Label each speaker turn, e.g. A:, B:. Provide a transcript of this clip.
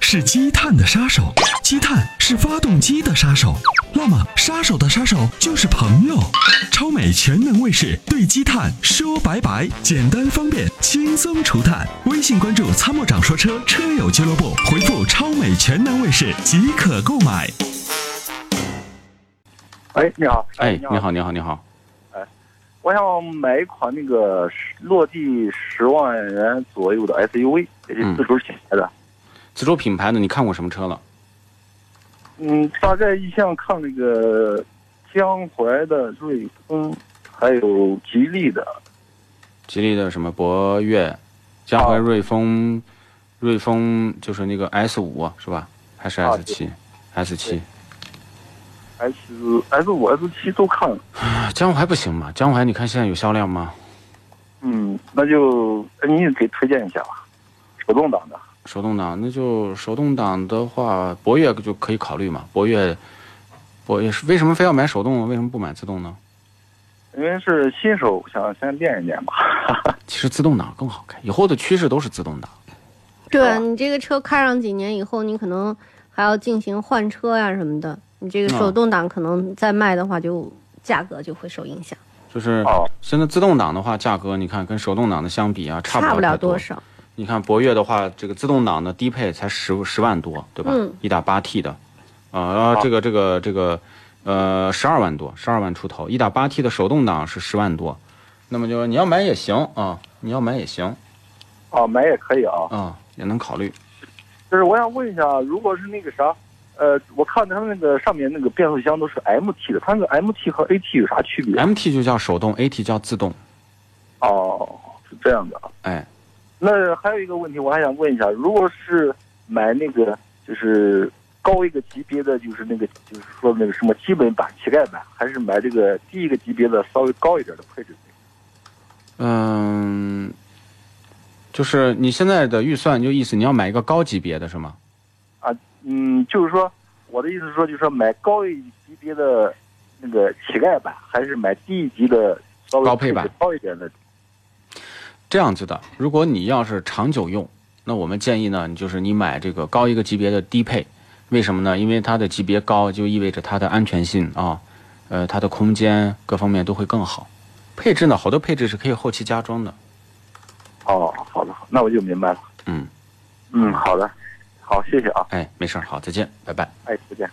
A: 是积碳的杀手，积碳是发动机的杀手。那么，杀手的杀手就是朋友。超美全能卫士对积碳说拜拜，简单方便，轻松除碳。微信关注“参谋长说车”车友俱乐部，回复“超美全能卫士”即可购买。
B: 哎，你好，
C: 哎，
B: 你
C: 你，好，你好，你好，
B: 我想买一款那个十落地十万元左右的 SUV，也是
C: 嗯
B: 自主品牌的。
C: 自主品牌的，你看过什么车了？
B: 嗯，大概意向看那个江淮的瑞风，还有吉利的。
C: 吉利的什么博越、江淮
B: 哦
C: 瑞风、瑞风就是那个 S 五是吧？还是
B: 啊
C: S 七、s 七
B: S S 五 S 七都看了，
C: 江淮不行吗？江淮你看现在有销量吗？
B: 嗯，那就哎你给推荐一下吧，手动挡的，
C: 手动挡，那就手动挡的话，博越就可以考虑嘛。博越，博越是为什么非要买手动？为什么不买自动呢？
B: 因为是新手，想先练一练吧。
C: 其实自动挡更好开，以后的趋势都是自动挡。
B: 吧
C: 啊
D: 对你这个车开上几年以后，你可能还要进行换车呀什么的。你这个
C: 啊
D: 手动挡可能再卖的话就，价格就会受影响，
C: 就是
B: 哦，
C: 现在自动挡的话，价格你看跟手动挡的相比啊，差不
D: 差不
C: 了
D: 了
C: 太多
D: 多。少。
C: 你看博越的话，这个自动挡的低配才十十万多，对吧
D: 嗯？
C: 一点八 T 的，啊，然后这个这个这个，呃，十二万多，十二万出头，一点八 T 的手动挡是十万多，那么就是你要买也行啊，你要买也行
B: 哦，买也可以啊。
C: 啊，也能考虑。
B: 就是我想问一下，啊如果是那个啥，呃，我看他们那个上面那个变速箱都是 MT 的，它那个 MT 和 AT 有啥区别？
C: MT 就叫手动，AT 叫自动，
B: 哦，是这样的。啊。
C: 哎，
B: 那还有一个问题，我还想问一下，如果是买那个就是高一个级别的，就是那个就是说那个什么基本版、乞丐版，还是买这个低一个级别的稍微高一点的配置？
C: 嗯，就是你现在的预算就意思你要买一个高级别的是吗？
B: 嗯，就是说我的意思是说，就是说买高一级别的那个乞丐版，还是买低一级的稍微
C: 高配
B: 置
C: 版
B: 高一点的？
C: 这样子的，如果你要是长久用，那我们建议呢，你就是你买这个高一个级别的低配，为什么呢？因为它的级别高，就意味着它的安全性啊，呃，它的空间各方面都会更好。配置呢，好多配置是可以后期加装的。
B: 哦，好的，那我就明白了。
C: 嗯，
B: 嗯，好的，好，谢谢啊，
C: 哎，没事儿，好，再见，拜拜。
B: 哎，再见，